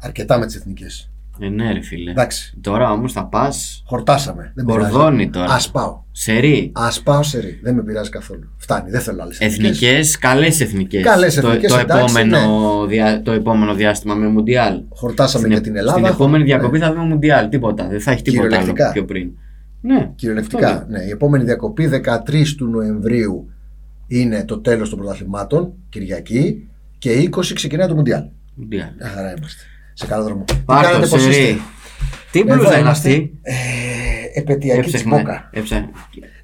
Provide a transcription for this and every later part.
Αρκετά με τις εθνικές. Ε, ναι, ρε φίλε. Εντάξει. Τώρα όμως θα πας. Χορτάσαμε. Δεν πειράζει. Κορδόνι τώρα. Ας πάω. Σερή. Ας πάω σε ρί. Δεν με πειράζει καθόλου. Φτάνει. Δεν θέλω άλλες Εθνικές, καλές εθνικές. Καλές εθνικές, το, εντάξει, επόμενο, δια- το επόμενο διάστημα με Μουντιάλ. Χορτάσαμε για την Ελλάδα. Στην επόμενη Ναι. διακοπή θα δούμε Μουντιάλ. Τίποτα. Δεν θα έχει τίποτα άλλο Κυριολεκτικά. πιο πριν. Ναι. Κυριολεκτικά. Αυτό Ναι, η επόμενη διακοπή 13 του Νοεμβρίου είναι το τέλος των πρωταθλημάτων, Κυριακή, και 20 ξεκινάει το Μουντιάλ. Μουντιάλ. Μια χαρά είμαστε. Σε καλό δρόμο. Τι Πάρτο, κάνετε, πώς είστε? σερή. Τι Εδώ μπλούζα είναι είμαστε. αυτή. Ε, επαιτειακή της Μπόκα. Έψαχνε.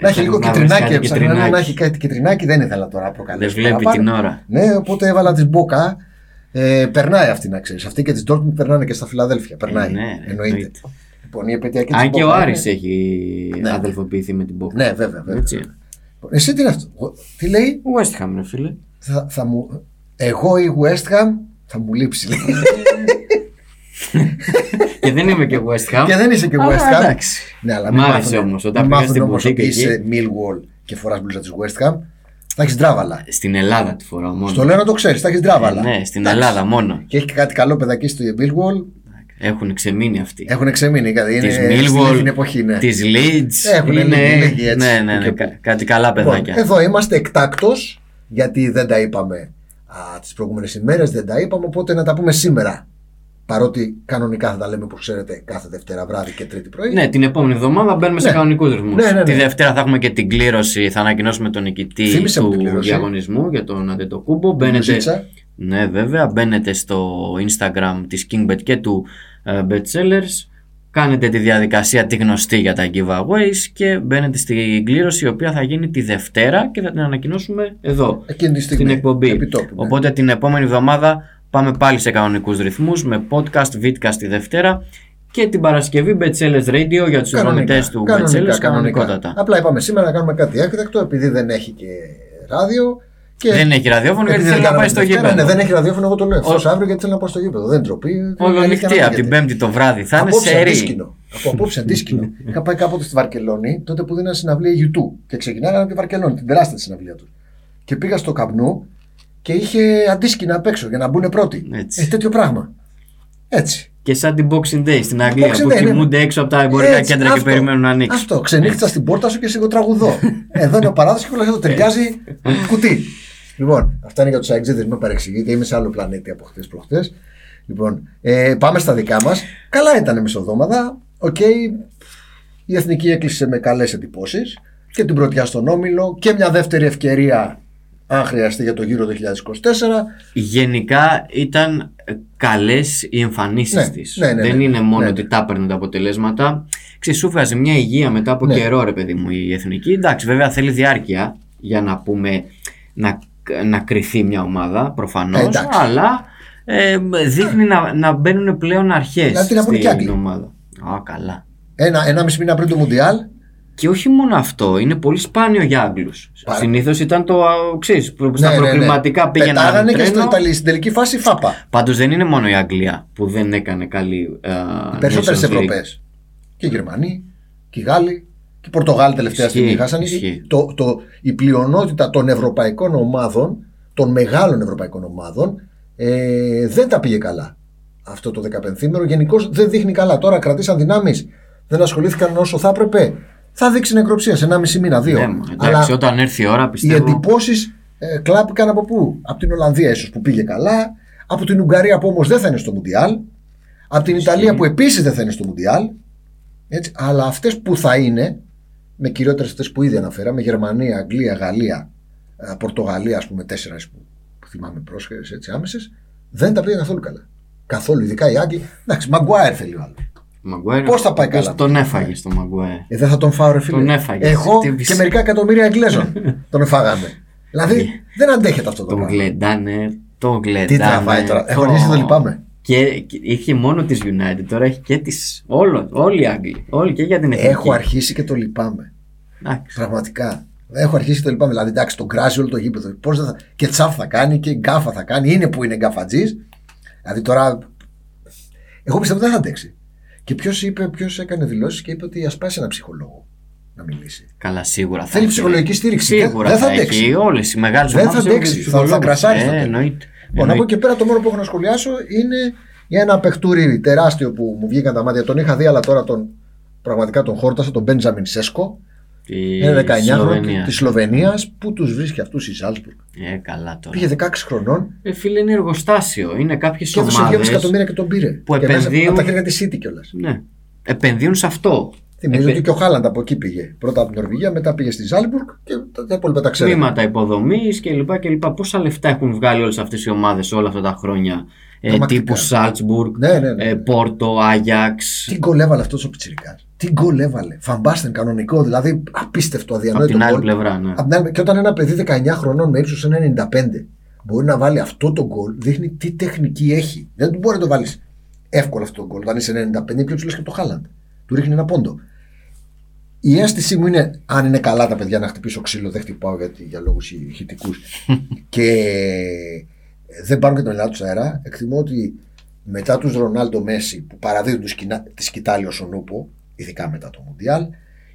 Να έχει λίγο κυτρινάκι, έψαχνα ναι, να έχει κυτρινάκι. κάτι κυτρινάκι, δεν ήθελα τώρα να προκαλέσω. Δεν βλέπει παραπάνω. την ώρα. Ναι, οπότε έβαλα τη Μπόκα. Ε, περνάει αυτή να ξέρεις. Αυτή και τη Ντόρκμουντ περνάνε και στα Φιλαδέλφια. Περνάει. ναι, ρε, εννοείται. εννοείται. Λοιπόν, η επαιτειακή της Αν και ο Μπόκα Άρης είναι- έχει Ναι. αδελφοποιηθεί με την Μπόκα. Ναι, βέβαια. βέβαια. Έτσι. Εσύ τι είναι αυτό. Εγώ- Τι λέει, West Ham, ρε φίλε. θα, θα μου... εγώ η West Ham θα μου λείψει. λέει. Και δεν είμαι και West Ham. και δεν είσαι και Αλλά West Ham. εντάξει. Ναι, αλλά Μ' μην άρεσε μάθουνε- όμως, όταν μην πήγα μάθουνε στην όμως Μπουζίκα ότι εκεί. είσαι Millwall και φοράς μπλούζα της West Ham, θα έχεις τράβαλα. Στην Ελλάδα τη φοράω Ε, μόνο. Στο λέω να το ξέρεις, θα έχεις τράβαλα. Ε, Ναι, στην Εντάξει. Ελλάδα μόνο. Και έχει και κάτι καλό παιδάκι στο Millwall. Έχουν ξεμείνει αυτοί. Έχουν ξεμείνει. κάτι, Είναι Της στην Millwall, την εποχή, ναι. Της Leeds. Έχουν είναι... λίγη- λίγη έτσι, Ναι, ναι, που ναι, και κα- που. κάτι καλά Λοιπόν, παιδάκια. εδώ είμαστε εκτάκτος, γιατί δεν τα είπαμε α, τις προηγούμενες ημέρες, δεν τα είπαμε, οπότε να τα πούμε σήμερα. Παρότι κανονικά θα τα λέμε, όπως ξέρετε, κάθε Δευτέρα βράδυ και Τρίτη πρωί. Ναι, την επόμενη εβδομάδα μπαίνουμε σε Ναι. κανονικούς ρυθμούς. Ναι, ναι, ναι. Τη Δευτέρα θα έχουμε και την κλήρωση. Θα ανακοινώσουμε τον νικητή Θύμισε μου την του κλήρωση. διαγωνισμού για τον Αντετοκούμπο. Μπαίνετε, Μουζίτσα. ναι, βέβαια, μπαίνετε στο Instagram της Kingbet και του ε, Bestsellers. Κάνετε τη διαδικασία τη γνωστή για τα giveaways και μπαίνετε στην κλήρωση η οποία θα γίνει τη Δευτέρα και θα την ανακοινώσουμε εδώ Εκείνη τη στιγμή. στην εκπομπή. επί τόπου, ναι. Οπότε την επόμενη εβδομάδα πάμε πάλι σε κανονικούς ρυθμούς με podcast, vidcast τη Δευτέρα και την Παρασκευή Betzelles Radio για τους συνδρομητές του Betzelles κανονικότατα. Απλά είπαμε σήμερα να κάνουμε κάτι έκτακτο, επειδή δεν έχει και ράδιο. Και Δεν έχει ραδιόφωνο επειδή γιατί δεν θέλει να κάναμε πάει τη στο Δευτέρα, γήπεδο. Ναι, δεν έχει ραδιόφωνο, εγώ το λέω. Ο- Ευτό αύριο γιατί θέλω να πάω στο γήπεδο. Δεν ναι. ντροπή. αλήθεια, Ολονυχτή να από την λέγεται. Πέμπτη το βράδυ θα είναι Απόψε σε ρί. αντίσκηνο. Από απόψε αντίσκηνο. Είχα πάει κάποτε στη Βαρκελόνη, τότε που δίνανε συναυλία YouTube. Και ξεκινάγανε από τη Βαρκελόνη, την τεράστια τη συναυλία τους. Και πήγα στο καπνού και είχε αντίσκηνα απ' έξω για να μπουν πρώτοι. Έτσι. Ε, τέτοιο πράγμα. Έτσι. Και σαν την Boxing Day στην Αγγλία Boxing που Day, ναι. κοιμούνται έξω από τα εμπορικά Έτσι, κέντρα αυτό. και περιμένουν να ανοίξουν. Αυτό. Ξενύχτησα στην πόρτα σου και σε εγώ τραγουδώ. Εδώ είναι ο παράδοση και όλα εδώ ταιριάζει κουτί. Λοιπόν, αυτά είναι για τους αεξίδε, με παρεξηγείτε. Είμαι σε άλλο πλανήτη από χτες προχτές. Λοιπόν, ε, πάμε στα δικά μας. Καλά ήταν η μεσοδόματα. Οκ. Η εθνική έκλεισε με καλές εντυπώσεις και την πρωτιά στον Όμιλο και μια δεύτερη ευκαιρία αν χρειαστεί για το γύρο 2024. Γενικά ήταν ε, καλές οι εμφανίσεις Ναι, της. ναι, ναι, ναι. Δεν είναι μόνο Ναι. ότι τα έπαιρνε τα αποτελέσματα. Ξεσούφραζε μια υγεία μετά από Ναι. καιρό, ρε παιδί μου, η εθνική. Εντάξει, βέβαια θέλει διάρκεια για να πούμε να, να κρυθεί μια ομάδα προφανώς. Ε, εντάξει. αλλά ε, δείχνει να, να μπαίνουν πλέον αρχές Δηλαδή, να βγουν και Άγγλοι. ομάδα. Α, καλά. Ένα, ένα μισή μήνα πριν το Μουντιάλ. Και όχι μόνο αυτό, είναι πολύ σπάνιο για Άγγλους. Πάρα- Συνήθως ήταν το ξέρει, στα προκληματικά πήγαιναν Ναι, Πετάγανε και τρένο. στο Ιταλί, στην τελική φάση φάπα. Πάντως δεν είναι μόνο η Αγγλία που δεν έκανε καλή. ε, Οι περισσότερες Nations League. Ευρωπαίες. Και οι Γερμανοί, και οι Γάλλοι, και οι Πορτογάλοι τελευταία Ισχύει, στιγμή χάσανε. ισχύει. Το, το, η πλειονότητα των ευρωπαϊκών ομάδων, των μεγάλων ευρωπαϊκών ομάδων, ε, δεν τα πήγε καλά. Αυτό το 15ήμερο γενικώς δεν δείχνει καλά. Τώρα κρατήσαν δυνάμεις, δεν ασχολήθηκαν όσο θα έπρεπε. Θα δείξει νεκροψίας σε 1,5 μήνα, δύο. Ναι, μα, Αλλά εντάξει, όταν έρθει η ώρα οι πιστεύω. εντυπώσεις ε, κλάπηκαν από πού? Από την Ολλανδία, ίσως που πήγε καλά. Από την Ουγγαρία που όμως δεν θα είναι στο Μουντιάλ. Από την Ιταλία που επίσης δεν θα είναι στο Μουντιάλ. Έτσι, αλλά αυτές που θα είναι, με κυριότερες αυτές που ήδη αναφέραμε, Γερμανία, Αγγλία, Γαλλία, ε, Πορτογαλία, ας πούμε, τέσσερα που, που θυμάμαι πρόσφερε έτσι άμεσες, δεν τα πήγε καθόλου καλά. Καθόλου, ειδικά οι Άγγλοι. Εντάξει, Μαγκουάερ θέλει ο άλλος. Maguire, Πώς θα πάει ο οποίος καλά. Τον έφαγε στο Μαγκουάε. Ε, δεν θα τον φάω, ρε φίλε. Τον έφαγε, Εγώ χτύπησε. και μερικά εκατομμύρια Αγγλέζων τον φάγαμε. δηλαδή δεν αντέχεται αυτό το Ε, Τον πράγμα. γλεντάνε, τον γλεντάνε. Τι τραβάει τώρα. Έχω τον- αρχίσει να το λυπάμαι. Και, και είχε μόνο της United, τώρα έχει και της. Όλοι οι Άγγλοι. Όλοι και για την Εθνική. Έχω αρχίσει και το λυπάμαι. Εντάξει. Πραγματικά. Έχω αρχίσει και το λυπάμαι. Δηλαδή, εντάξει, τον κράζει όλο το γήπεδο. Πώς δεν θα... Και τσαφ θα κάνει και γκάφα θα κάνει. Είναι που είναι γκαφατζή. Δηλαδή τώρα. Εγώ πιστεύω δεν θα αντέξει. Και ποιος είπε, ποιος έκανε δηλώσεις και είπε ότι α πάει σε ένα ψυχολόγο να μιλήσει. Καλά, σίγουρα θα Θέλει έχει. ψυχολογική στήριξη. Σίγουρα δεν θα, θα αντέξει. έχει. Όλες οι μεγάλες Δεν θα αντέξει. Θα- θα κρασάρει στο Ε, τέλος. εννοείται. Λοιπόν, από Εννοείται. εκεί πέρα το μόνο που έχω να σχολιάσω είναι Για ένα παιχτούρι τεράστιο που μου βγήκαν τα μάτια, τον είχα δει, αλλά τώρα τον πραγματικά τον χόρτασα, τον Μπέντζαμιν Σέσκο. Τη Είναι 19 Σλοβενία. της Σλοβενίας. Πού τους βρίσκει αυτούς η Σάλτσμπουργκ. Ε, καλά τώρα. Πήγε 16 χρονών Ε, φίλε, είναι εργοστάσιο. Είναι κάποιες και έδωσε 2,5 ομάδες. εκατομμύρια και τον πήρε. που και μέσα επενδύουν- από τα χέρια της City κιόλας. Ναι. Επενδύουν σε αυτό. Θυμίζω Επε- ότι και ο Χάλαντ από εκεί πήγε. Πρώτα από την Νορβηγία, μετά πήγε στη Ζάλμπουργκ και τα, τα υπόλοιπα τα ξέρετε. Τμήματα υποδομή κλπ. κλπ. Πόσα λεφτά έχουν βγάλει όλες αυτές οι ομάδες όλα αυτά τα χρόνια. Ε, Τρομακτικά. τύπου Σάλτσμπουργκ, Ναι, ναι, ναι. ε, Πόρτο, Άγιαξ. Τι γκολ έβαλε αυτός ο Πιτσυρικά. Τι γκολ έβαλε. Φαμπάστεν κανονικό, δηλαδή απίστευτο, Από αδιανόητο την άλλη γκολ. πλευρά, ναι. Απ' την άλλη- Και όταν ένα παιδί 19 χρονών με ύψος 1,95 μπορεί να βάλει αυτό το γκολ, δείχνει τι τεχνική έχει. Δεν του μπορεί να το βάλεις εύκολα αυτό το γκολ. Όταν είσαι 95, είναι πιο ψηλός και από το Χάλαντ. Του ρίχνει ένα πόντο. Η αίσθησή μου είναι, αν είναι καλά τα παιδιά, να χτυπήσω ξύλο, δεν χτυπάω γιατί, για λόγους ηχητικούς. και δεν πάρουν και τον ελάττω του αέρα. Εκτιμώ ότι μετά τους Ρονάλντο Μέση που παραδίδουν τους σκηνά- τη σκητάλη ως ο Νούπο, ειδικά μετά το Μουντιάλ,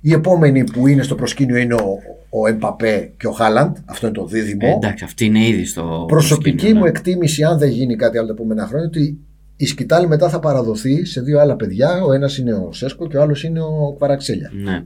η επόμενη που είναι στο προσκήνιο είναι ο, ο Εμπαπέ και ο Χάλαντ. Αυτό είναι το Ε, δίδυμο. εντάξει, αυτή είναι ήδη στο. Προσωπική προσκήνιο, μου ναι. εκτίμηση, αν δεν γίνει κάτι άλλο τα επόμενα χρόνια, ότι η σκητάλη μετά θα παραδοθεί σε δύο άλλα παιδιά. Ο ένας είναι ο Σέσκο και ο άλλος είναι ο Κβαραξέλια. Ναι.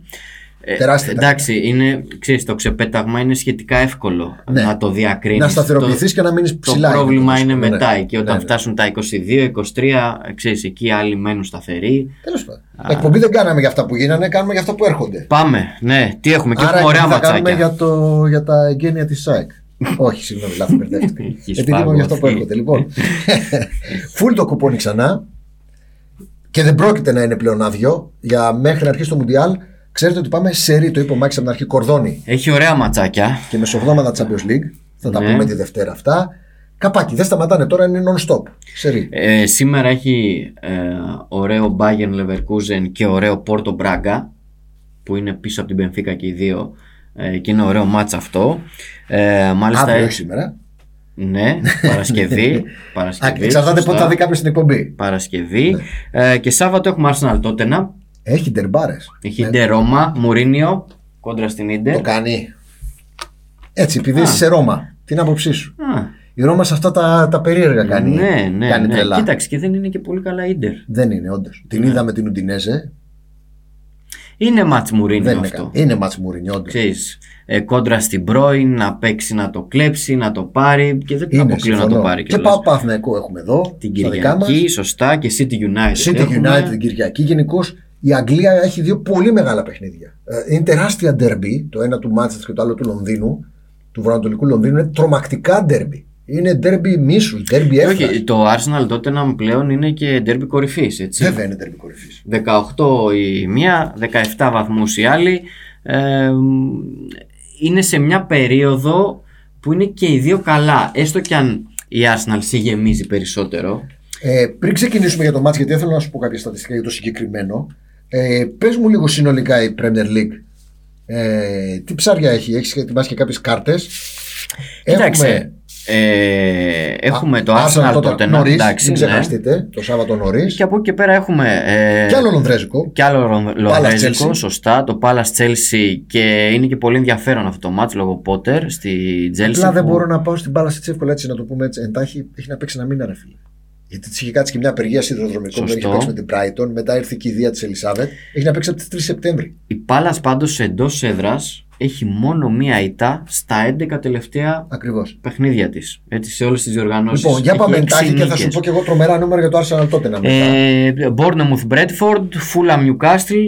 Ε, Τεράστια Εντάξει, είναι, ξέρεις, το ξεπέταγμα είναι σχετικά εύκολο Ναι. να το διακρίνεις. Να σταθεροποιηθείς και να μείνεις Το, ψηλά. είναι πρόβλημα είναι δύσκολο, μετά ναι. εκεί, Ναι, όταν ναι. φτάσουν τα 22, 23, ξέρεις, εκεί οι άλλοι μένουν σταθεροί. Τέλος πάντων. Εκπομπή δεν κάναμε για αυτά που γίνανε, κάναμε για αυτά που έρχονται. Πάμε, ναι, τι έχουμε και Άρα έχουμε ωραία θα κάνουμε ματσάκια. για, το, για τα εγγένεια της ΣΑΕΚ. Όχι, συγγνώμη, λάθος, μπερδεύτηκα. Έχεις Επειδή είπαμε για αυτό που παγωθεί. έρχονται. Λοιπόν, φουλ το κουπόνι ξανά και δεν πρόκειται να είναι πλέον άδειο για μέχρι να αρχίσει το Μουντιάλ. Ξέρετε ότι πάμε σε ρί, το είπε ο Μάκης από την αρχή, κορδόνι Έχει ωραία ματσάκια. και μεσοβδόματα Champions League. Θα τα Ναι. πούμε τη Δευτέρα αυτά. Καπάκι, δεν σταματάνε τώρα, είναι non-stop. Σε ρί. Ε, σήμερα έχει ε, ωραίο Bayern Leverkusen και ωραίο Porto Braga που είναι πίσω από την Benfica και οι δύο ε, και είναι ωραίο μάτς αυτό. Ε, μάλιστα, Αύριο, όχι σήμερα. Ναι, Παρασκευή. Α, Παρασκευή Εξαρτάται σωστά. πότε θα δει Ναι. κάποιο την εκπομπή. Παρασκευή. Ε, και Σάββατο έχουμε Arsenal Tottenham. Έχει ντερμπάρες. Έχει Ντε Ρώμα, Μουρίνιο, κόντρα στην Ιντερ. Ναι. Το κάνει. Έτσι, επειδή είσαι σε Ρώμα, την άποψή σου. Η Ρώμα σε αυτά τα, τα περίεργα κάνει. ναι, ναι, κάνει ναι. τρελά. Κοίταξε και δεν είναι και πολύ καλά η Ιντερ. Δεν είναι, όντως. Την είδαμε την Ουντινέζε. Είναι μάτς Μουρίνιο Δεν είναι Ε- αυτό. καλό. Είναι μάτς Μουρίνιο, όντως. Ξέρεις, ε, κόντρα στην πρώην, να παίξει, να το κλέψει, να το πάρει και δεν το Είναι, αποκλείω να συμφωνώ. το πάρει Και κιόλας. πάω Παθηναϊκό έχουμε εδώ. Την στα δικά μας. Κυριακή, σωστά, και City United. City έχουμε. United την Κυριακή. Γενικώς η Αγγλία έχει δύο πολύ μεγάλα παιχνίδια. Ε, Είναι τεράστια ντέρμπι. Το ένα του Μάτσεστερ και το άλλο του Λονδίνου. Του βορειοανατολικού Λονδίνου. Είναι τρομακτικά ντέρμπι. Είναι ντέρμπι μίσους, ντέρμπι Ε, έφραση. Όχι, το Arsenal Tottenham πλέον είναι και ντέρμπι κορυφής, έτσι. Βέβαια είναι ντέρμπι κορυφής. 18 η μία, 17 βαθμούς η άλλη. Ε, είναι σε μια περίοδο που είναι και οι δύο καλά. Έστω και αν η Arsenal σε γεμίζει περισσότερο. Ε, πριν ξεκινήσουμε για το μάτς, γιατί θέλω να σου πω κάποια στατιστικά για το συγκεκριμένο, ε, πες μου λίγο συνολικά η Premier League. Ε, τι ψάρια έχει, έχεις ετοιμάσει και κάποιες κάρτες. Κοίταξε, ε, έχουμε το Α, Arsenal Tottenham Tottenham, νωρίς, εντάξει, μην ναι. ξεχαστείτε, το Σάββατο νωρίς. Και από εκεί και πέρα έχουμε... ε, Και άλλο Λονδρέζικο. Κι άλλο Ρο- Λονδρέζικο, Chelsea. σωστά. Το Palace Chelsea και είναι και πολύ ενδιαφέρον αυτό το μάτς λόγω Potter στη Chelsea. Απλά δεν που- μπορώ να πάω στην μπάλα έτσι εύκολα έτσι να το πούμε έτσι. Εντάχει, έχει να παίξει ένα μήνα ρε φίλε. Γιατί της είχε κάτσει και μια απεργία σιδηροδρομικών που Σωστό. έχει παίξει με την Brighton. Μετά ήρθε και η Δία της Ελισάβετ. Έχει να παίξει από τις 3 Σεπτέμβρη. Η Πάλας πάντως εντός έδρας έχει μόνο μία ήττα στα 11 τελευταία Ακριβώς. παιχνίδια της. Έτσι σε όλες τις διοργανώσεις. Λοιπόν, για Έχει πάμε έξι εντάχει και θα σου νίκες. πω και εγώ τρομερά νούμερα για το Arsenal τότε να μετά. Ε, Bournemouth Bradford, Fulham Newcastle,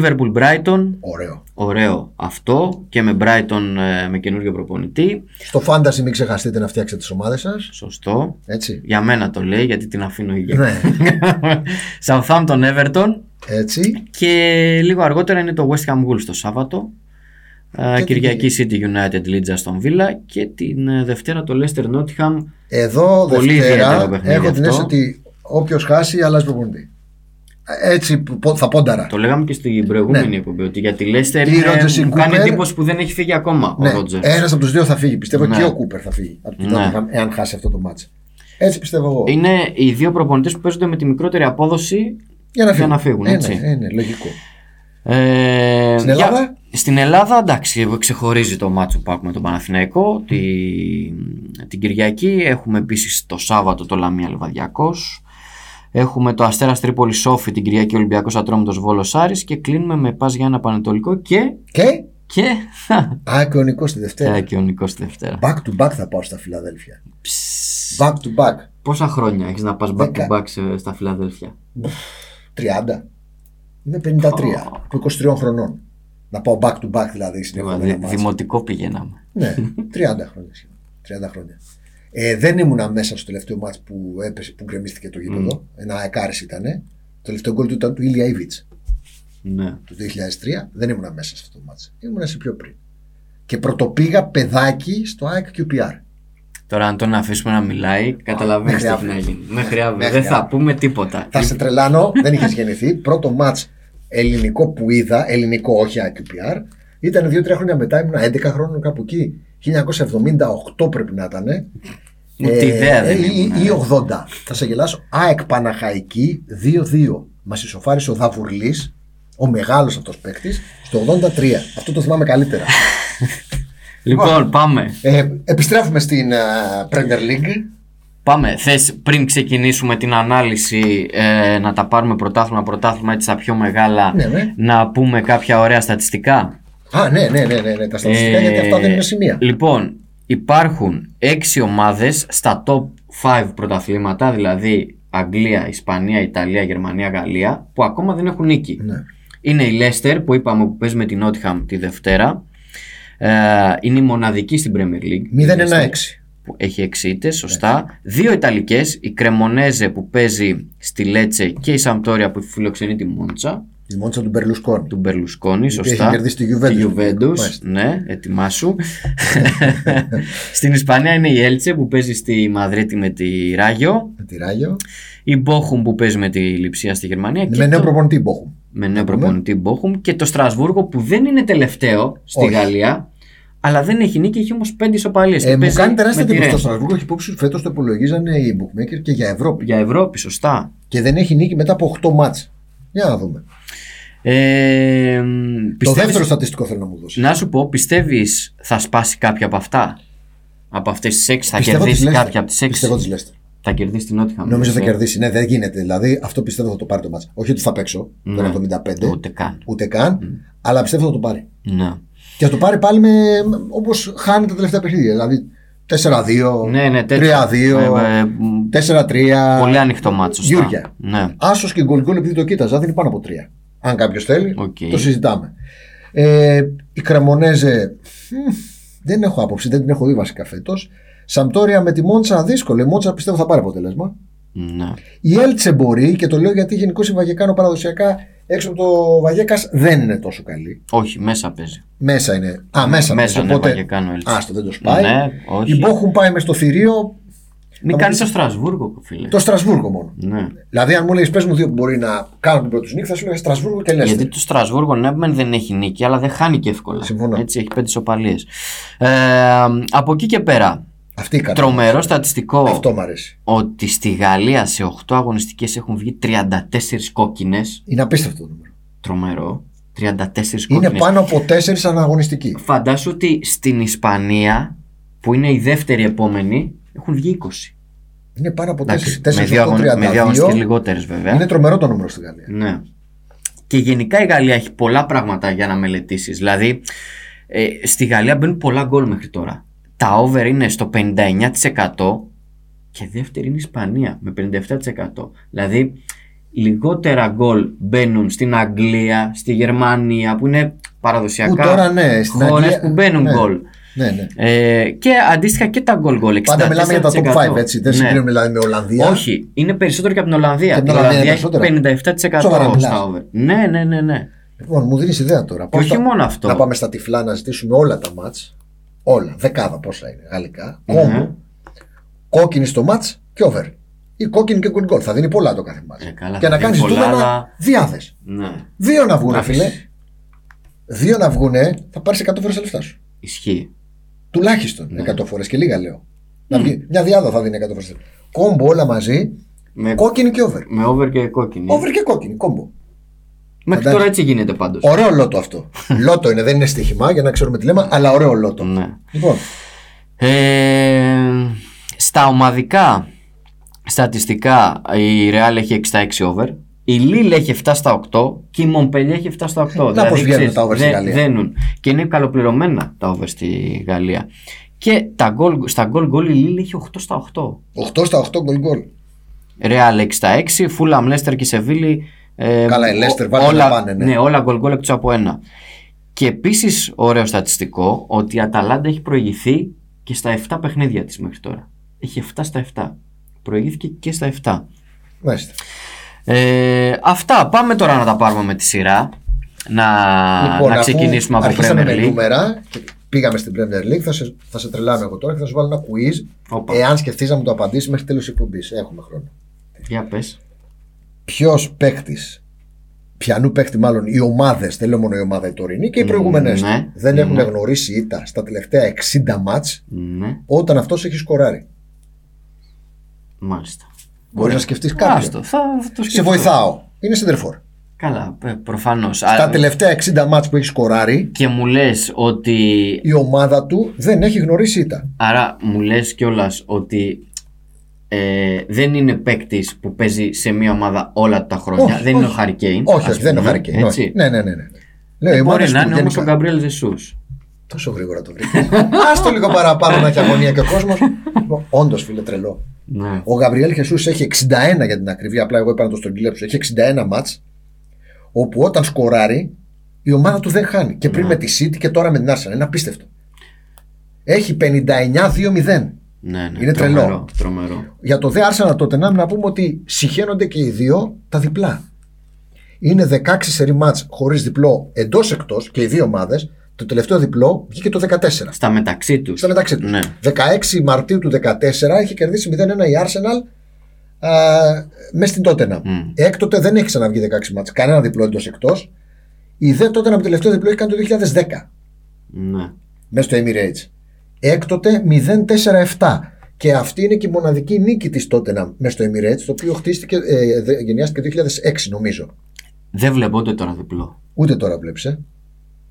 Liverpool Brighton. Ωραίο. Ωραίο αυτό και με Brighton ε, με καινούριο προπονητή. Στο fantasy μην ξεχαστείτε να φτιάξετε τις ομάδες σας. Σωστό. Έτσι. Για μένα το λέει γιατί την αφήνω υγεία. Ναι, Southampton Everton έτσι. και λίγο αργότερα είναι το West Ham Wolves το Σάββατο. Ε, την Κυριακή City United Leeds Aston Villa και την ε, Δευτέρα το Leicester Nottingham. Εδώ Πολύ ιδιαίτερο Δευτέρα παιχνίδι έχω την αυτό. αίσθηση ότι όποιος χάσει αλλάζει προπονητή. Έτσι πο- θα πόνταρα. Το λέγαμε και στην προηγούμενη Ναι. εκπομπή ότι για τη Leicester Η Rodgers, η είναι, μου κάνει Cooper. εντύπωση που δεν έχει φύγει ακόμα Ναι, ο Rodgers. ένας από τους δύο θα φύγει. Πιστεύω Ναι. και ο Κούπερ θα φύγει από την Ναι. Tottenham, εάν χάσει αυτό το μάτς. Έτσι πιστεύω εγώ. Είναι οι δύο προπονητές που παίζονται με τη μικρότερη απόδοση. Για να φύγουν. να φύγουν, Ε, ναι, έτσι. ε, ναι, λογικό. Ε, Στην για- Ελλάδα? Στην Ελλάδα, εντάξει, ξεχωρίζει το μάτσο που έχουμε τον Παναθηναϊκό. Τη, την Κυριακή έχουμε επίσης το Σάββατο το Λαμία Λεβαδιακός. Έχουμε το Αστέρας Τρίπολη Σόφι την Κυριακή Ολυμπιακός Ατρόμητος Βόλος Άρης και κλείνουμε με πας για ένα πανετολικό και. Και. και. Α, και ο Νικός τη Δευτέρα. Ε, και ο Νικός τη Δευτέρα. Back to back θα πάω στα Φιλαδέλφια. Back to back. Πόσα χρόνια έχει να πα back to Δέκα. back σε- στα Φιλαδέλφια. 30. Είμαι 53. Από 23 χρονών. Να πάω back to back δηλαδή συνεχόμενα Δη- μάτς. Δημοτικό πηγαίναμε. Ναι, 30 χρόνια σχεδόν. 30 χρόνια. Ε, δεν ήμουνα μέσα στο τελευταίο μάτς που έπεσε, που γκρεμίστηκε το γήπεδο. Ένα εκάρις ήταν. Το τελευταίο γκολ του ήταν του Ήλια Ιβιτς Ναι. του 2003. Δεν ήμουνα μέσα σε αυτό το μάτς. Ήμουνα σε πιο πριν. Και πρωτοπήγα παιδάκι στο ΑΕΚ QPR. Τώρα, αν τον αφήσουμε να μιλάει, καταλαβαίνει τι μέχρι έχει αύριο. να γίνει. Μέχρι αύριο. Μέχρι Δεν θα αύριο. πούμε τίποτα. Θα σε τρελάνω, δεν είχες γεννηθεί. Πρώτο μάτς ελληνικό που είδα, ελληνικό όχι AQPR, ήταν 2-3 χρόνια μετά, ήμουν 11 χρόνων κάπου εκεί. 1978 πρέπει να ήταν. ε. Ούτε ιδέα δεν ή- ήμουν, Ή ε. 80. Θα σε γελάσω. ΑΕΚ Παναχαϊκή 2-2. Μα ισοφάρισε ο Δαβουρλής, ο μεγάλος αυτός παίκτης, στο 83. Αυτό το θυμάμαι καλύτερα. Λοιπόν, πάμε. Ε, επιστρέφουμε στην ε, Premier League. Πάμε. Θες πριν ξεκινήσουμε την ανάλυση ε, να τα πάρουμε πρωτάθλημα-πρωτάθλημα έτσι τα πιο μεγάλα, Ναι, ναι. να πούμε κάποια ωραία στατιστικά. Α, ναι, ναι, ναι, ναι, ναι, τα στατιστικά Ε, γιατί αυτά δεν είναι σημεία. Λοιπόν, υπάρχουν 6 ομάδες στα top 5 πρωταθλήματα, δηλαδή Αγγλία, Ισπανία, Ιταλία, Γερμανία, Γαλλία, που ακόμα δεν έχουν νίκη. Ναι. Είναι η Leicester που είπαμε που παίζει με την Nottingham τη Δευτέρα. Ε, είναι η μοναδική στην Premier League. 0-1-6. που έχει εξήτε, Ναι. σωστά. Δύο Ιταλικές, η Κρεμονέζε που παίζει στη Λέτσε και η Σαμπτόρια που φιλοξενεί τη Μόντσα Η μόντσα του Μπερλουσκόνη. του Μπερλουσκόνη, οποία σωστά. έχει κερδίσει τη Juventus. Τη Juventus, Μάλιστα. ναι, ετοιμάσου. Στην Ισπανία είναι η Έλτσε που παίζει στη Μαδρίτη με τη Ράγιο. Με τη Ράγιο. Η Μπόχουμ που παίζει με τη Λιψία στη Γερμανία. και με νέο Ναι. το- προπονητή Μπόχουμ. με νέο προπονητή Μπόχουμ και το Στρασβούργο που δεν είναι τελευταίο στη Όχι. Γαλλία, αλλά δεν έχει νίκη, έχει όμως πέντε ισοπαλίες. Ε, μου κάνει τεράστια εντύπωση το Στρασβούργο. Έχει υπόψη ότι φέτος το υπολογίζανε οι bookmaker και για Ευρώπη. Για Ευρώπη, σωστά. Και δεν έχει νίκη μετά από 8 μάτς. Για να δούμε. Ε, Το πιστεύεις- δεύτερο στατιστικό θέλω να μου δώσεις. Να σου πω, πιστεύεις θα σπάσει κάποια από αυτά. Από αυτές τις 6 θα Πιστεύω κερδίσει της Leicester. κάποια από τις 6. Πιστεύω τη Λέστερ. Θα κερδίσει την Ε, Νότια. Νομίζω θα κερδίσει. Ναι, δεν γίνεται. Δηλαδή αυτό πιστεύω θα το πάρει το μάτς. Όχι ότι θα παίξω Ναι. τον 75, Ούτε Ναι. καν. ούτε καν, αλλά πιστεύω θα το πάρει. Ναι. Και θα το πάρει πάλι με όπως χάνει τα τελευταία παιχνίδια. Δηλαδή 4-2, Ναι, ναι, τέτοιο. 3-2, Ε, ε, μ, 4-3. πολύ ανοιχτό μάτσο. Γιούρια. Ναι. Άσος και γκολ γκολ επειδή το κοίταζα, δεν είναι πάνω από τρία. Αν κάποιος θέλει, Οκ. το συζητάμε. Ε, η Κρεμονέζε. μμ, Δεν έχω άποψη, δεν την έχω δει βασικά φέτος. Σαμπτόρια με τη Μόντσα δύσκολο. Η Μόντσα πιστεύω θα πάρει αποτέλεσμα. ναι. Η Έλτσε μπορεί και το λέω γιατί γενικώς η Βαγεκάνο παραδοσιακά έξω από το Βαγέκα δεν είναι τόσο καλή. Όχι, μέσα παίζει. Μέσα είναι. Α, μέσα, Μέσα, παίζει, ναι, Βαγεκάνο Έλτσε. Άστο, δεν το σπάει. Ναι, όχι. Η Μπόχουμ πάει μες στο θηρίο. Μην κάνει το Στρασβούργο, φίλε. Το Στρασβούργο μόνο. Ναι. Δηλαδή, αν μου λέει, πες μου δύο που μπορεί να κάνουν την πρώτη νύχτα, θα σου λέω Στρασβούργο και Λέστερ. Γιατί το Στρασβούργο ναι, μεν δεν έχει νίκη, αλλά δεν χάνει και εύκολα. Συμφωνώ. Έτσι, έχει πέντε σοπαλίες. Ε, από εκεί και πέρα, Αυτή η κατάσταση. τρομερό στατιστικό Αυτό μου αρέσει. ότι στη Γαλλία σε 8 αγωνιστικές έχουν βγει 34 κόκκινες. Είναι απίστευτο το νούμερο. Τρομερό. 34 Είναι κόκκινες. πάνω από τέσσερις αναγωνιστικοί. Φαντάσου ότι στην Ισπανία, που είναι η δεύτερη επόμενη, έχουν βγει 20. Είναι πάνω από Εντάξει, τέσσερις. με δύο, αγωνι... με δύο ε. αγωνιστικές 32. λιγότερες βέβαια. Είναι τρομερό το νούμερο στη Γαλλία. Ναι. Και γενικά η Γαλλία έχει πολλά πράγματα για να μελετήσεις. Δηλαδή, ε, στη Γαλλία μπαίνουν πολλά γκολ μέχρι τώρα. Τα over είναι στο 59% και δεύτερη είναι η Ισπανία με 57%. Δηλαδή, λιγότερα γκολ μπαίνουν στην Αγγλία, στη Γερμανία που είναι Που παραδοσιακά τώρα ναι, στην χώρες Αγγλία- που μπαίνουν ναι. γκολ. Ναι, ναι. Ε, και αντίστοιχα και τα γκολ γκολ. Πάντα μιλάμε για τα top 5 έτσι. Δεν Ναι. συγκρίνουμε δηλαδή με Ολλανδία. Όχι, είναι περισσότερο και από την Ολλανδία. Και Η από την Ολλανδία Ολλανδία είναι έχει περισσότερα. 57% Σοβαρά στα μιλάς. over. Ναι, ναι, ναι. ναι. Λοιπόν, μου δίνεις ιδέα τώρα. Και Πώς όχι θα- μόνο αυτό. Να πάμε στα τυφλά να ζητήσουμε όλα τα μάτ. Όλα. Δεκάδα πόσα είναι γαλλικά. Ναι. Κόμπο. Κόκκινη στο μάτ και over. Ή κόκκινη και good goal. Θα δίνει πολλά το κάθε μάτ. Ε, καλά, Και θα να δίνει κάνεις πολλά, δούλευμα αλλά- διάδε. Ναι. Δύο να βγουν, Εντάξει. φίλε. Δύο να βγουν, θα πάρεις 100 φορές τα λεφτά σου. Ισχύει. Τουλάχιστον Ναι. 100 φορές και λίγα λέω. Να βγει. Μια διάδα θα δίνει 100 φορές. Κόμπο όλα μαζί, Με, κόκκινη και over. με over και κόκκινη. Over και κόκκινη, κόμπο. Μέχρι Φαντάζομαι. τώρα έτσι γίνεται πάντως. Ωραίο λότο αυτό. λότο είναι, δεν είναι στοίχημα για να ξέρουμε τι λέμε, αλλά ωραίο λότο. Ναι. Λοιπόν, Ε, στα ομαδικά Στατιστικά η Real έχει 66 over. Η Lille έχει 7 στα 8 και η Montpellier έχει 7 στα 8. Να πώς βγαίνουν τα over στη δεν- Γαλλία. δένουν. Και είναι καλοπληρωμένα τα over στη Γαλλία. Και τα goal, στα goal goal η Lille έχει 8 στα 8. 8 στα 8 γκολ γκολ. Real 66, Fulham, Leicester και Σεβίλη. Ε, Καλά, η Leicester ο- βάλε να όλα, πάνε, ναι. όλα γκολ γκολ εκτός από ένα. Και επίσης, ωραίο στατιστικό, ότι η Αταλάντα έχει προηγηθεί και στα 7 παιχνίδια της μέχρι τώρα. Έχει 7 στα 7. Προηγήθηκε και στα 7. Μάλιστα. Ε, αυτά. Πάμε τώρα να τα πάρουμε με τη σειρά. Να, να Λοιπόν, αφού ξεκινήσουμε από αρχίσαμε Premier με League. νούμερα και πήγαμε στην Premier League, θα σε, θα σε τρελάνω εγώ τώρα και θα σου βάλω ένα quiz. Όπα. Εάν σκεφτείς να μου το απαντήσεις μέχρι τέλος εκπομπής, έχουμε χρόνο. Για πες. Ποιος παίκτης, πιανού παίκτη μάλλον, οι ομάδες, δεν λέω μόνο η ομάδα η τωρινή και οι προηγούμενες, ναι, δεν έχουν ναι. γνωρίσει ήττα στα τελευταία 60 μάτ Ναι, όταν αυτός έχει σκοράρει. μάλιστα. Μπορείς να σκεφτείς κάποιον. Άστο, θα, θα το Σε σκεφτώ. βοηθάω. Είναι συντριφόρ. Καλά, ε, προφανώς. Τα Α, τελευταία 60 μάτς που έχει σκοράρει, Και μου λες ότι η ομάδα του δεν έχει γνωρίσει ήττα. Άρα μου λες κιόλας ότι ε, δεν είναι παίκτης που παίζει σε μια ομάδα όλα τα χρόνια. Όχι, δεν είναι ο όχι. Harry Kane. Όχι, ας όχι, δεν είναι ο πούμε, Χάρη Κέιν, έτσι. όχι. Ναι, ναι, ναι. ναι. Λέω, η ομάδα Μπορεί του να είναι όμω ο γενικά. Γκαμπριέλ Ζεσούς Τόσο γρήγορα το βρήκα. Άστο λίγο παραπάνω να έχει αγωνία και ο κόσμος. Όντως, φίλε, τρελό. Ναι. Ο Γαβριέλ Χεσού έχει 61 για την ακριβή. Απλά εγώ είπα να το στρογγυλέψω. Έχει 61 μάτ. Όπου όταν σκοράρει, η ομάδα του δεν χάνει. Και πριν με τη City και τώρα με την Arsenal. Είναι απίστευτο. Έχει 59-2-0. Ναι, ναι, Είναι τρελό. τρομερό, τρομερό. Για το δε Arsenal τότε να, να πούμε ότι συχαίνονται και οι δύο τα διπλά. Είναι 16 σερή μάτς χωρίς διπλό εντός εκτός και οι δύο ομάδες. Το τελευταίο διπλό βγήκε το 14. Στα μεταξύ τους. Στα μεταξύ τους. Ναι. 16 Μαρτίου του 2014 έχει κερδίσει 0-1 η Arsenal α, μες στην Τότενα. Μμ. Έκτοτε δεν έχει ξαναβγεί 16 μάτς. Κανένα διπλό εντός εκτός. Η δε τότε με το τελευταίο διπλό έχει κάνει το 2010 Ναι. μέσα στο Emirates. Έκτοτε 0-4-7. Και αυτή είναι και η μοναδική νίκη της τότε μέσα στο Emirates, το οποίο χτίστηκε, ε, δε- γενιάστηκε το 2006, νομίζω. Δεν βλέπω ούτε τώρα διπλό. Ούτε τώρα ε. βλέψε.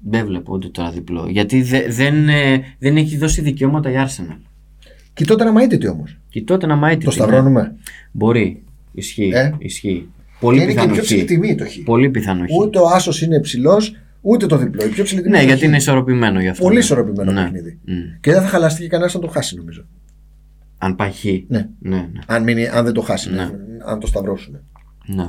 Δεν βλέπω ούτε τώρα διπλό. Γιατί δε- δεν, ε, δεν έχει δώσει δικαιώματα η Arsenal. Και τότε να μαίτητη όμω. Και τότε να μάει Το σταυρώνουμε. Μπορεί. Ισχύει. Ε. Ισχύει. Πολύ και είναι και η πιθανό. πιο χ. ψηλή τιμή το χ. Πολύ πιθανό. χ. Ούτε ο άσος είναι ψηλό, ούτε το διπλό. Η πιο ψηλή τιμή Ναι, το χ. γιατί είναι ισορροπημένο γι' αυτό. Πολύ ναι. ισορροπημένο Ναι. παιχνίδι. Μμ. Και δεν θα χαλαστεί και κανένας να το χάσει, νομίζω. Αν πάει χ. Ναι. Ναι, ναι, Αν, μείνει, αν δεν το χάσει, Ναι. αν το σταυρώσουμε. ναι.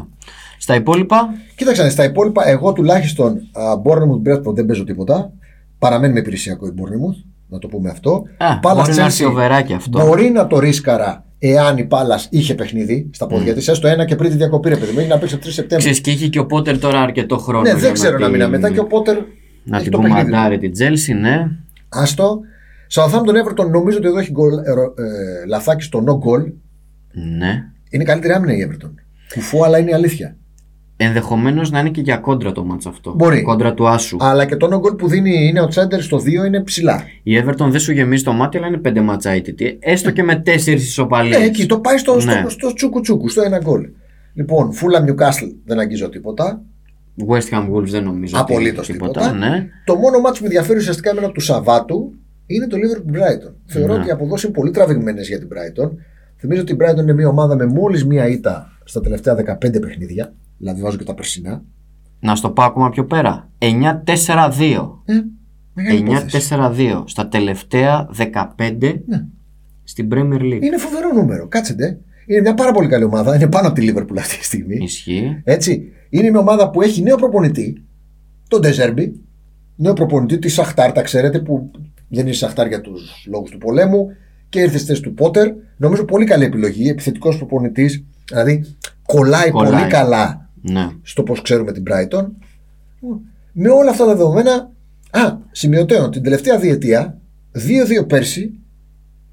Στα υπόλοιπα, Ναι. Κοίταξε, στα υπόλοιπα, εγώ τουλάχιστον Μπόρνεμουθ Μπρέτφορντ δεν παίζω τίποτα. Παραμένει με υπηρεσιακό η Μπόρνεμουθ, να το πούμε αυτό. α, Palace μπορεί να έρθει Chelsea ο Βεράκη αυτό. Μπορεί να το ρίσκαρα εάν η Πάλα είχε παιχνίδι στα πόδια της, έστω ένα και πριν τη διακοπή, ρε παιδί μου, είναι να παίξει από 3 Σεπτέμβρη. Mm. Ξέρεις και είχε και ο Πότερ τώρα αρκετό χρόνο. Ναι, για δεν ξέρω να την- μείνει μετά και ο Πότερ. Να έχει την το πούμε παιχνίδι. αντάρε την Τζέλσι, ναι. Άστο. Southampton Everton νομίζω ότι εδώ έχει γκολ, ε, ε, λαθάκι στο no goal. Ναι. Είναι καλύτερη άμυνα η Everton. Κουφό, αλλά είναι η αλήθεια. Ενδεχομένως να είναι και για κόντρα το μάτσο αυτό. Μπορεί. Κόντρα του Άσου. Αλλά και το no goal που δίνει είναι ο Τσέντερ στο 2 είναι ψηλά. Η Everton δεν σου γεμίζει το μάτι, αλλά είναι πέντε μάτσα ITT. Έστω και με τέσσερις Ναι, ισοπαλίε. εκεί το πάει στο, Ναι. στο, στο τσούκου τσούκου, στο ένα γκολ. Λοιπόν, Φούλα Νιουκάσλ δεν αγγίζω τίποτα. West Ham Wolves δεν νομίζω. ότι Απολύτως έχει τίποτα. Ναι. Το μόνο μάτι που με ενδιαφέρει ουσιαστικά εμένα του Σαββάτου είναι το Liverpool Brighton. Θεωρώ Ναι. ότι οι αποδόσει είναι πολύ τραβηγμένες για την Brighton. Θυμίζω ότι η Brighton είναι μια ομάδα με μόλις μία ήττα στα τελευταία 15 παιχνίδια. Δηλαδή βάζω και τα περσινά. Να στο πάω ακόμα πιο πέρα. 9-4-2. Ε, μεγάλη υπόθεση. 9-4-2 στα τελευταία 15 Ναι. στην Premier League. Είναι φοβερό νούμερο. Κάτσετε. Είναι μια πάρα πολύ καλή ομάδα. Είναι πάνω από τη Liverpool αυτή τη στιγμή. Ισχύει. Έτσι. Είναι μια ομάδα που έχει νέο προπονητή, τον Ντεζέρμπι. Νέο προπονητή της Σαχτάρ, τα ξέρετε, που δεν είναι η Σαχτάρ για τους λόγους του πολέμου. Και ήρθε στη θέση του Πότερ. Νομίζω πολύ καλή επιλογή. Επιθετικός προπονητής. Δηλαδή κολλάει, Κολλάει. πολύ καλά Ναι. στο πώς ξέρουμε την Brighton. Με όλα αυτά τα δεδομένα. Α, σημειωτέων, την τελευταία διετία 2-2 πέρσι,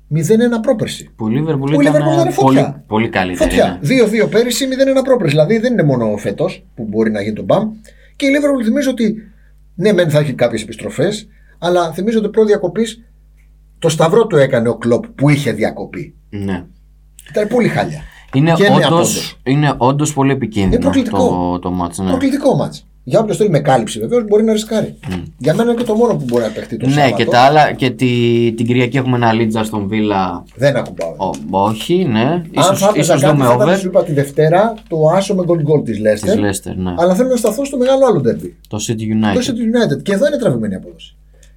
0-1 πρόπερσι. Που η Liverpool Που η ήταν ε, Liverpool ήταν φωτιά. πολύ, πολύ καλύτερη. Φωτιά. ναι. 2-2 πέρυσι, 0-1 πρόπερ. Δηλαδή δεν είναι μόνο φέτος που μπορεί να γίνει το μπαμ. Και η Liverpool θυμίζω ότι ναι, μεν θα έχει κάποιες επιστροφές, αλλά θυμίζω ότι προ διακοπή το σταυρό του έκανε ο κλοπ που είχε διακοπή. Ναι. Ήταν πολύ χάλια. Είναι Και εννέα όντως, πόντους. είναι όντως πολύ επικίνδυνο Είναι προκλητικό. το, το μάτς. Ναι. Προκλητικό μάτς. Για όποιο θέλει με κάλυψη βεβαίως μπορεί να ρισκάρει. Για μένα είναι και το μόνο που μπορεί να παιχτεί το Ναι, Σάββατο. και τα άλλα. Και τη, την Κυριακή έχουμε ένα Λίτζα στον Βίλα. Δεν ακουμπάω. Ο- όχι, ναι. Αν Ίσως, θα έπαιζα ίσως κάτι, δούμε θα ήταν, over σου είπα τη Δευτέρα το άσο με γκολ γκολ της της Λέστερ. Λέστερ, ναι. Αλλά θέλω να σταθώ στο μεγάλο άλλο derby. Το City United. Το City United. Και εδώ είναι τραβημένη η απόδοση.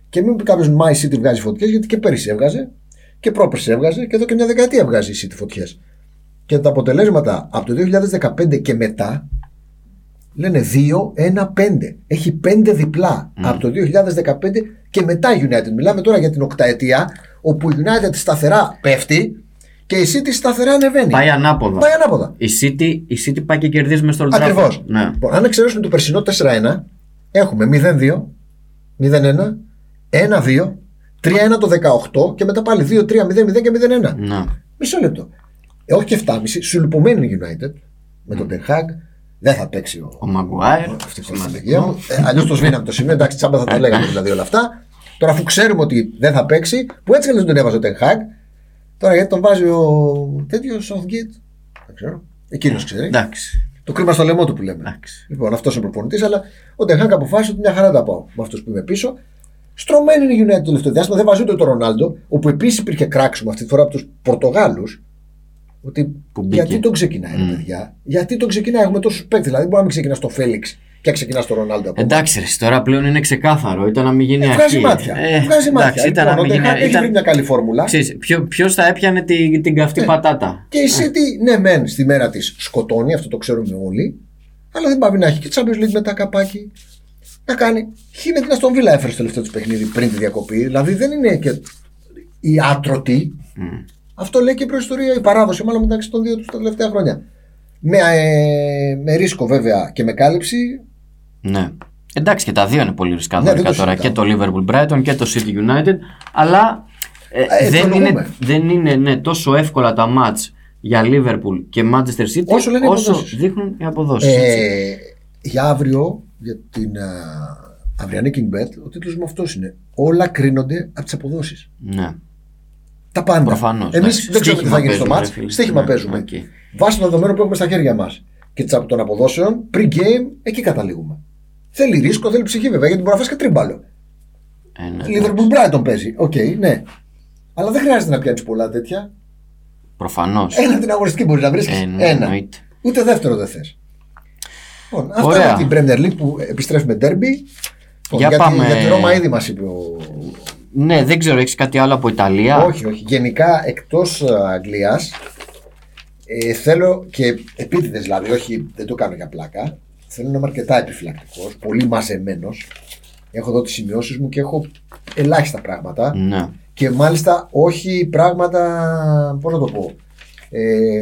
Και μην πει κάποιος My City βγάζει φωτιές, γιατί και πέρυσι έβγαζε και πρόπερσι έβγαζε και εδώ και μια δεκαετία βγάζει η City φωτιές. Και τα αποτελέσματα από το 2015 και μετά λένε 2-1-5. Έχει 5 διπλά από το 2015 και μετά η United. Μιλάμε τώρα για την οκταετία όπου η United σταθερά πέφτει και η City σταθερά ανεβαίνει. Πάει ανάποδα. Πάει ανάποδα. Η City, η City πάει και κερδίζει μες στο Old Trafford. Ακριβώς. Ναι. Λοιπόν, αν εξαιρέσουμε το περσινό 4-1, έχουμε 0-2, 0-1, 1-2, 3-1 το 18 και μετά πάλι 2-3-0-0 και 0-1. ναι. Μισό λεπτό. Ε, όχι και 7,5. Σου λυπωμένη είναι η United με τον Ten Hag. Δεν θα παίξει ο. Ναι. Ο Μαγκουάιρ. Αυτή η στρατηγία μου. Ε, Αλλιώς το σβήναμε το σημείο. Εντάξει, τσάμπα θα Ναι. το λέγαμε δηλαδή όλα αυτά. Τώρα, αφού ξέρουμε ότι δεν θα παίξει, που έτσι κι αλλιώς δεν τον έβαζε ο Ten Hag. Τώρα γιατί τον βάζει ο τέτοιος Southgate. Δεν ξέρω. Εκείνος ξέρει. Ναι. Εντάξει. Το κρίμα στο λαιμό του που λέμε. Εντάξει. Λοιπόν, αυτός είναι προπονητής, αλλά ο Ντεχάκ αποφάσισε ότι μια χαρά τα πάω με αυτούς που είμαι πίσω. Στρωμένη είναι η United το τελευταίο διάστημα, δεν βάζει ούτε το Ρονάλντο, όπου επίσης υπήρχε κράξιμο αυτή τη φορά από τους Πορτογάλους. Ότι Που μπήκε. Mm. γιατί τον ξεκινάει, ρε παιδιά, γιατί τον ξεκινάει, έχουμε τόσους παίκτες. Δηλαδή, μπορεί να μην ξεκινάς το Φέληξ και να ξεκινάς το Ρονάλντο. ακόμα. Εντάξει, ρε, τώρα πλέον είναι ξεκάθαρο. Ήταν να μην γίνει Ε, αρχή. βγάζει μάτια. Ε, βγάζει μάτια. Εντάξει, ήταν να λοιπόν, ο μην Ντεχάκ γίνει έχει βρει Ε. μια καλή φόρμουλα. Ποιο θα έπιανε την, την καυτή πατάτα. Και η City, ναι, μεν στη μέρα της σκοτώνει, αυτό το ξέρουμε όλοι. Αλλά δεν πάβει να έχει και Champions League μετά καπάκι. Να κάνει. Χι με την Αστον Βίλα έφερε στο τελευταίο της παιχνίδι πριν τη διακοπή. Δηλαδή δεν είναι και η άτρωτη. Αυτό λέει και η προϊστορία, η παράδοση μάλλον μεταξύ των δύο τους τα τελευταία χρόνια. Με, ε, με ρίσκο βέβαια και με κάλυψη. Ναι. Εντάξει και τα δύο είναι πολύ Ναι, δεν ρισκαδόρικα το τώρα. Και συζητάμε. το Liverpool Brighton και το City United. Αλλά ε, Ε, δεν, ευγνωμούμε. είναι, δεν είναι ναι, τόσο εύκολα τα μάτς για Liverpool και Manchester City Όσο λένε οι αποδόσεις. δείχνουν οι αποδόσεις. έτσι. Ε, για αύριο, για την α, αυριανή King Bet, ο τίτλος μου αυτός είναι. Όλα κρίνονται από τις αποδόσεις. Ναι. Τα πάντα. Προφανώς, Εμείς εντάξει. δεν ξέρουμε τι θα γίνει στο Στοίχημα μάτ. παίζουμε, ρε φίλε. Στοίχημα Ναι, παίζουμε. οκ. Βάσει των δεδομένων που έχουμε στα χέρια μας και της- των αποδόσεων, pre-game, εκεί καταλήγουμε. Θέλει ρίσκο, θέλει ψυχή βέβαια, γιατί μπορεί να φας και τρίμπαλο. Ε, ναι. Liverpool Brighton παίζει. Οκ, ναι. Αλλά δεν χρειάζεται να πιάνεις πολλά τέτοια. Προφανώς. Ένα την αγοριστική μπορείς να βρει. Ε, ναι, Ένα. εννοείται. Ούτε δεύτερο δεν θες. Λοιπόν, αυτά Ωραία. είναι την Premier League που επιστρέφουμε ντέρμπι. Για για, πάμε. Τη, για τη Ρώμα ήδη μας είπε ο. Ναι, δεν ξέρω, έχεις κάτι άλλο από Ιταλία. Όχι, όχι. Γενικά εκτός Αγγλίας ε, θέλω και επίτηδες δηλαδή, όχι, δεν το κάνω για πλάκα. Θέλω να είμαι αρκετά επιφυλακτικός, πολύ μαζεμένος. Έχω εδώ τις σημειώσεις μου και έχω ελάχιστα πράγματα. Ναι. Και μάλιστα όχι πράγματα. Πώς να το πω. Ε,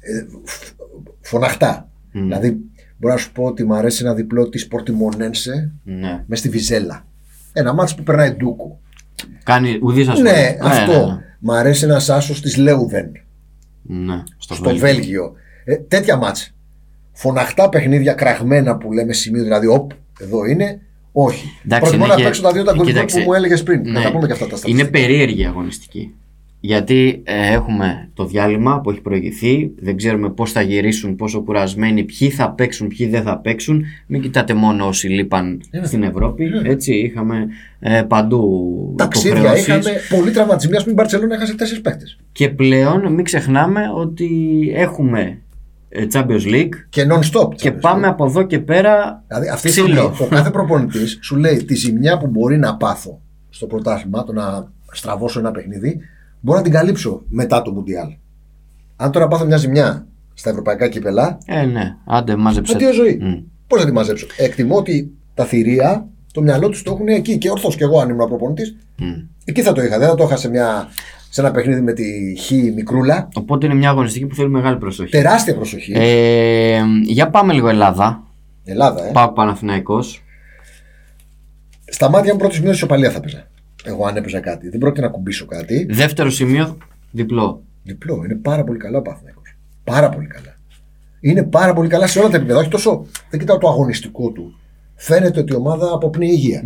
ε, φ- φωναχτά. Mm. Δηλαδή, μπορώ να σου πω ότι μου αρέσει ένα διπλό της Πορτιμονένσε ναι. μες στη Βιζέλα. Ένα μάτσο που περνάει ντούκου. Κάνει ουδής σα Ναι, αυτό. Μ' αρέσει ένα άσο τη Λέουδεν Ναι, ναι. Στο, στο Βέλγιο. Βέλγιο. Ε, τέτοια μάτς. Φωναχτά παιχνίδια κραγμένα που λέμε σημείο, δηλαδή, οπ, εδώ είναι. Όχι. Εντάξει, Προτιμώ είναι να και- ε, παίξω τα δύο τα γκολ γκολ κοίταξε, που μου έλεγες πριν. Να ναι. τα πούμε και αυτά τα Είναι στατιστικά. περίεργη η αγωνιστική. Γιατί ε, έχουμε το διάλειμμα που έχει προηγηθεί, δεν ξέρουμε πώς θα γυρίσουν, πόσο κουρασμένοι, ποιοι θα παίξουν, ποιοι δεν θα παίξουν. Μην κοιτάτε μόνο όσοι λείπαν στην Ευρώπη. Έτσι, είχαμε ε, παντού Ταξίδια υποχρεώσεις. είχαμε πολύ τραυματισμοί. Ας πούμε, η Μπαρσελόνα έχασε τέσσερις παίκτες. Και πλέον μην ξεχνάμε ότι έχουμε ε, Champions League Και non-stop. και τσάμπες. πάμε από εδώ και πέρα Δηλαδή, αυτή τη στιγμή, ξύλο. ο κάθε προπονητής σου λέει τη ζημιά που μπορεί να πάθω στο πρωτάθλημα, το να στραβώσω ένα παιχνίδι, μπορώ να την καλύψω μετά το Μουντιάλ. Αν τώρα πάθω μια ζημιά στα ευρωπαϊκά κύπελα, Ε, ναι, άντε μάζεψε. Αντίο ζωή. Μμ. Πώ θα τη μαζέψω. Εκτιμώ ότι τα θηρία το μυαλό τους το έχουν εκεί και ορθώς. Και εγώ, αν ήμουν προπονητή, εκεί θα το είχα. Δεν θα το είχα σε, μια, σε ένα παιχνίδι με τη Χ μικρούλα. Οπότε είναι μια αγωνιστική που θέλει μεγάλη προσοχή. Τεράστια προσοχή. Ε, για πάμε λίγο Ελλάδα. Ελλάδα, ε. Πάω Παναθηναϊκός. Στα μάτια μου πρώτη σημείο ισοπαλία θα παίζα. Εγώ, αν έπαιζα κάτι. Δεν πρόκειται να κουμπίσω κάτι. Δεύτερο σημείο, διπλό. Διπλό. Είναι πάρα πολύ καλά ο Παθηναϊκό. Πάρα πολύ καλά. Είναι πάρα πολύ καλά σε όλα τα επίπεδα. Όχι τόσο. Δεν κοιτάω το αγωνιστικό του. Φαίνεται ότι η ομάδα αποπνεί υγεία.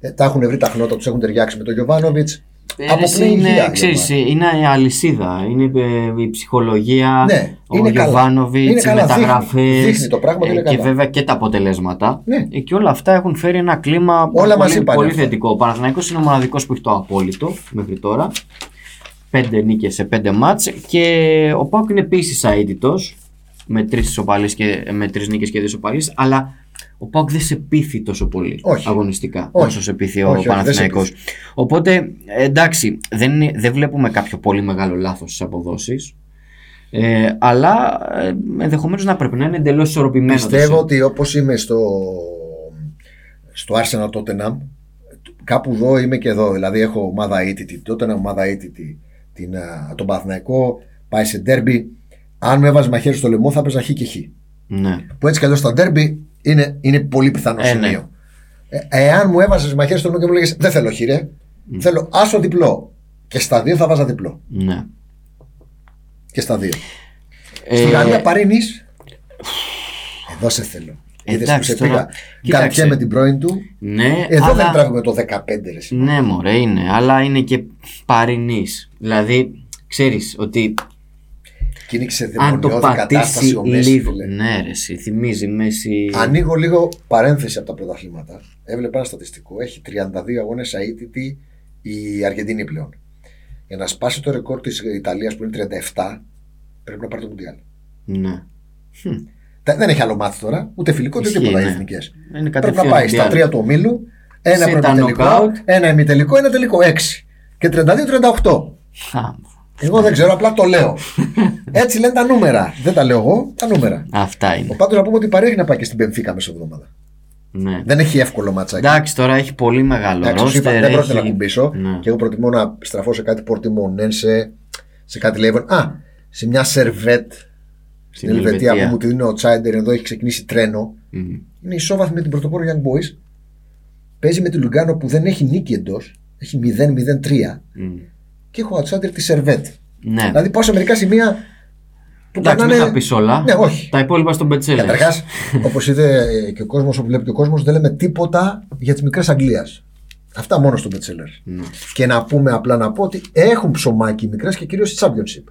Ε, τα έχουν βρει τα χνότα, τους έχουν ταιριάξει με τον Γιωβάνοβιτ. εξαίρεση πνιγεία, είναι, Γιωβάνι. ξέρεις, είναι η αλυσίδα. Είναι ε, η ψυχολογία, Ναι, ο είναι καλά. Είναι Γιωβάνοβιτ, οι καλά, δείχνει. μεταγραφές. Δείχνει το πράγμα ότι είναι Και καλά. βέβαια και τα αποτελέσματα. Ναι. Ε, Και όλα αυτά έχουν φέρει ένα κλίμα Όλα μας πολύ, είπανε πολύ αυτά. θετικό. Ο Παναθηναϊκός είναι ο μοναδικός που έχει το απόλυτο μέχρι τώρα. Πέντε νίκες σε πέντε μάτς Και ο Πάουκ είναι επίσης αίτητος. Με τρεις και, με τρεις νίκες και δύο σοπαλίες Αλλά ο Πάουκ δεν σε πείθει τόσο πολύ Όχι. αγωνιστικά Όχι. όσο σε πείθει Όχι, ο όχι, Παναθηναϊκός. δεν Οπότε εντάξει, δεν, είναι- δεν βλέπουμε κάποιο πολύ μεγάλο λάθος στις αποδόσεις. Ε, αλλά ε, ενδεχομένως να πρέπει να είναι εντελώς ισορροπημένο. το Πιστεύω σετ. ότι όπως είμαι στο, στο Arsenal Tottenham, κάπου εδώ είμαι και εδώ. Δηλαδή έχω ομάδα αίτητη, την Tottenham ομάδα αίτητη, την, α, τον Παθηναϊκό, πάει σε ντέρμπι. Αν με έβαζε μαχαίρι στο λαιμό, θα παίζα χ και χ. Ναι. Που έτσι κι αλλιώς τα ντέρμπι είναι, είναι πολύ πιθανό Ε, ναι. σημείο. Ε, εάν μου έβαζες μαχαίρι στο λαιμό και μου λέγες Δεν θέλω χ, ρε. Θέλω άσο διπλό. Και στα δύο θα βάζα διπλό. ναι. Και στα δύο. Ε, Στη Γαλλία παρήνεις. Εδώ σε θέλω. εντάξει, Είδες που σε τώρα, πήγα. κοίταξε. Γκαρκέ με την πρώην του. ναι, Ε, Εδώ αλλά... δεν τραβούμε το 15 ρε. εσύ. Ναι, μωρέ, είναι. Αλλά είναι και παρινή. Δηλαδή, ξέρεις ότι Κίνηξε αν το δαιμονιώδη πατήσει κατάσταση ο Μέση. λίγο. φίλε. Ναι, ρε, εσύ, θυμίζει Μέση. Ανοίγω λίγο παρένθεση από τα πρωταθλήματα. Έβλεπα ένα στατιστικό. Έχει 32 αγώνε αίτητη η Αργεντινή πλέον. Για να σπάσει το ρεκόρ της Ιταλίας που είναι 37, πρέπει να πάρει το Μουντιάλ. Ναι. Τα- Δεν έχει άλλο μάθει τώρα, ούτε φιλικό ούτε Ισχύει, τίποτα οι ναι. εθνικές. Είναι Πρέπει κατευθείαν να πάει στα Μουντιάλ. τρία του ομίλου, ένα Σε τα προημιτελικό, knockout. ένα ημιτελικό, ένα τελικό. 6. Και 32-38. Χάμ. Εγώ δεν ξέρω, απλά το λέω. Έτσι λένε τα νούμερα. Δεν τα λέω εγώ, τα νούμερα. Αυτά Ο είναι. Πάντο να πούμε ότι παρέχει να πάει και στην Πενφύκα μέσα εβδομάδα. Ναι. Δεν έχει εύκολο ματσάκι. Εντάξει, τώρα έχει πολύ μεγάλο Εντάξει, σου είπα, ρόστερ. δεν πρόκειται να έχει- κουμπίσω. Ναι. Και εγώ προτιμώ να στραφώ σε κάτι πορτιμονένσε, σε κάτι Λέβεν. Α, σε μια σερβέτ στην Ελβετία που μου τη δίνει ο Τσάιντερ. Εδώ έχει ξεκινήσει τρένο. Μμμ. Είναι ισόβαθμη με την πρωτοπόρο Young Boys. Παίζει με τη Λουγκάνο που δεν έχει νίκη εντός. Έχει 0-0-3. Μμμ. Και έχω outsider τη Σερβέτ. Ναι. Δηλαδή πάω σε μερικά σημεία που Εντάξει, μην τα πεις όλα. Ναι, όχι. Τα υπόλοιπα στον Πετσέλε. Καταρχάς, όπως είδε ε, και ο κόσμος, όπου βλέπει και ο κόσμος, δεν λέμε τίποτα για τις μικρές Αγγλίας. Αυτά μόνο στο bestseller. Ναι. Και να πούμε απλά να πω ότι έχουν ψωμάκι μικρές και κυρίως στη Championship.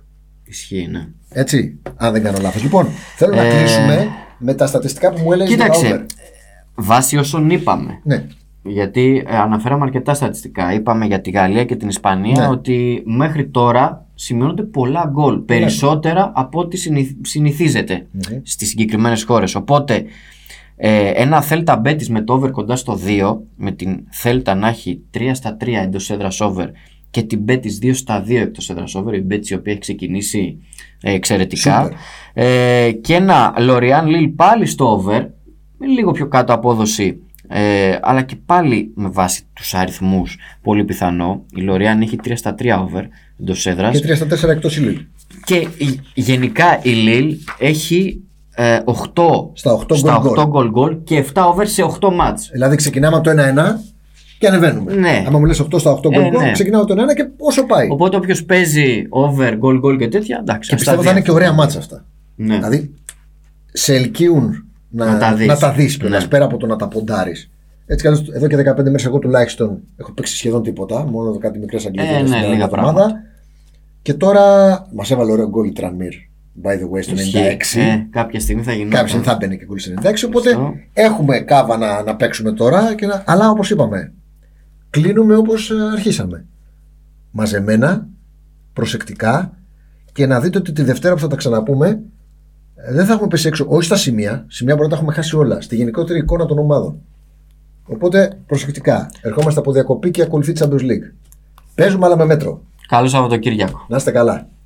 Ισχύει, ναι. Έτσι, αν δεν κάνω λάθος. Λοιπόν, θέλω να Ε, κλείσουμε με τα στατιστικά που μου έλεγες Κοίταξε, ε, βάσει όσων είπαμε, Ναι, γιατί ε, αναφέραμε αρκετά στατιστικά. Είπαμε για τη Γαλλία και την Ισπανία Ναι. ότι μέχρι τώρα σημειώνονται πολλά γκολ. Περισσότερα από ό,τι συνηθ- συνηθίζεται Μμμ. στις συγκεκριμένες χώρες. Οπότε ε, ένα Θέλτα Μπέτης με το over κοντά στο 2, με την Θέλτα να έχει 3 στα 3 εντός έδρας over και την Μπέτης 2 στα 2 εκτός έδρας over, η Μπέτης η οποία έχει ξεκινήσει ε, εξαιρετικά. Σούπερ. Ε, και ένα Λοριάν Λίλ πάλι στο over, με λίγο πιο κάτω απόδοση, ε, αλλά και πάλι με βάση τους αριθμούς πολύ πιθανό. Η Λοριάν έχει 3 στα 3 over εντός έδρας. και 3 στα 4 εκτό ηλίου. Και η- γενικά η Λίλ έχει ε, 8 Στα 8 γκολ γκολ. γκολ γκολ και 7 over σε 8 μάτς. Δηλαδή ξεκινάμε από το 1-1 και ανεβαίνουμε. Ναι. Άμα μου λες 8 στα 8 γκολ, Ε, γκολ, ναι. ξεκινάμε από το 1 και όσο πάει. Οπότε όποιος παίζει over γκολ γκολ και τέτοια, εντάξει. και ας τα πιστεύω θα δει. είναι και ωραία μάτσα αυτά. Ναι. Δηλαδή, σε ελκύουν να, Να τα δεις. να τα δεις κιόλας, Ναι. πέρα από το να τα ποντάρεις. Έτσι κι αλλιώς, εδώ και 15 μέρες, εγώ τουλάχιστον έχω παίξει σχεδόν τίποτα. Μόνο κάτι μικρές αγγλικέ Ε, ναι, λίγα πράγματα. Και τώρα μας έβαλε ωραίο γκολ η Tranmere, by the way, στο 96. Ισχύει. Ε, κάποια στιγμή θα γινόταν. Κάποια στιγμή θα μπαίνει και γκολ στο 96. Οπότε Σωστό. έχουμε κάβα να, να παίξουμε τώρα. Και να... Αλλά όπως είπαμε, κλείνουμε όπως αρχίσαμε. Μαζεμένα, προσεκτικά και να δείτε ότι τη Δευτέρα που θα τα ξαναπούμε ε, δεν θα έχουμε πέσει έξω. Όχι στα σημεία, σημεία μπορεί να τα έχουμε χάσει όλα. Στη γενικότερη εικόνα των ομάδων. Οπότε προσεκτικά. Ερχόμαστε από διακοπή και ακολουθεί Champions League. Παίζουμε αλλά με μέτρο. Καλό Σαββατοκύριακο. Να είστε καλά.